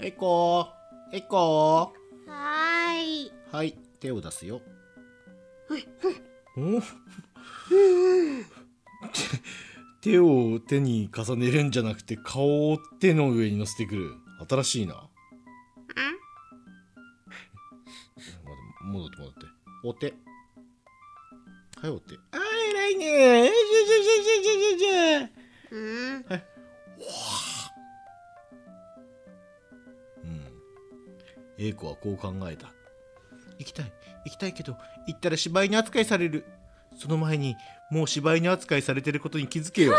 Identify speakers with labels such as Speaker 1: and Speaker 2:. Speaker 1: えこえこ
Speaker 2: はーい
Speaker 1: はい手を出すよ手手を手に重ねるんじゃなくて顔を手の上に乗せてくる新しいな戻って戻ってお手はいお手あー偉いねーじゃじゃじゃじゃじゃじゃじゃ
Speaker 2: うん
Speaker 1: うん。A 子はこう考えた。行きたい、行きたいけど、行ったら芝居に扱いされる。その前に、もう芝居に扱いされてることに気づけよ。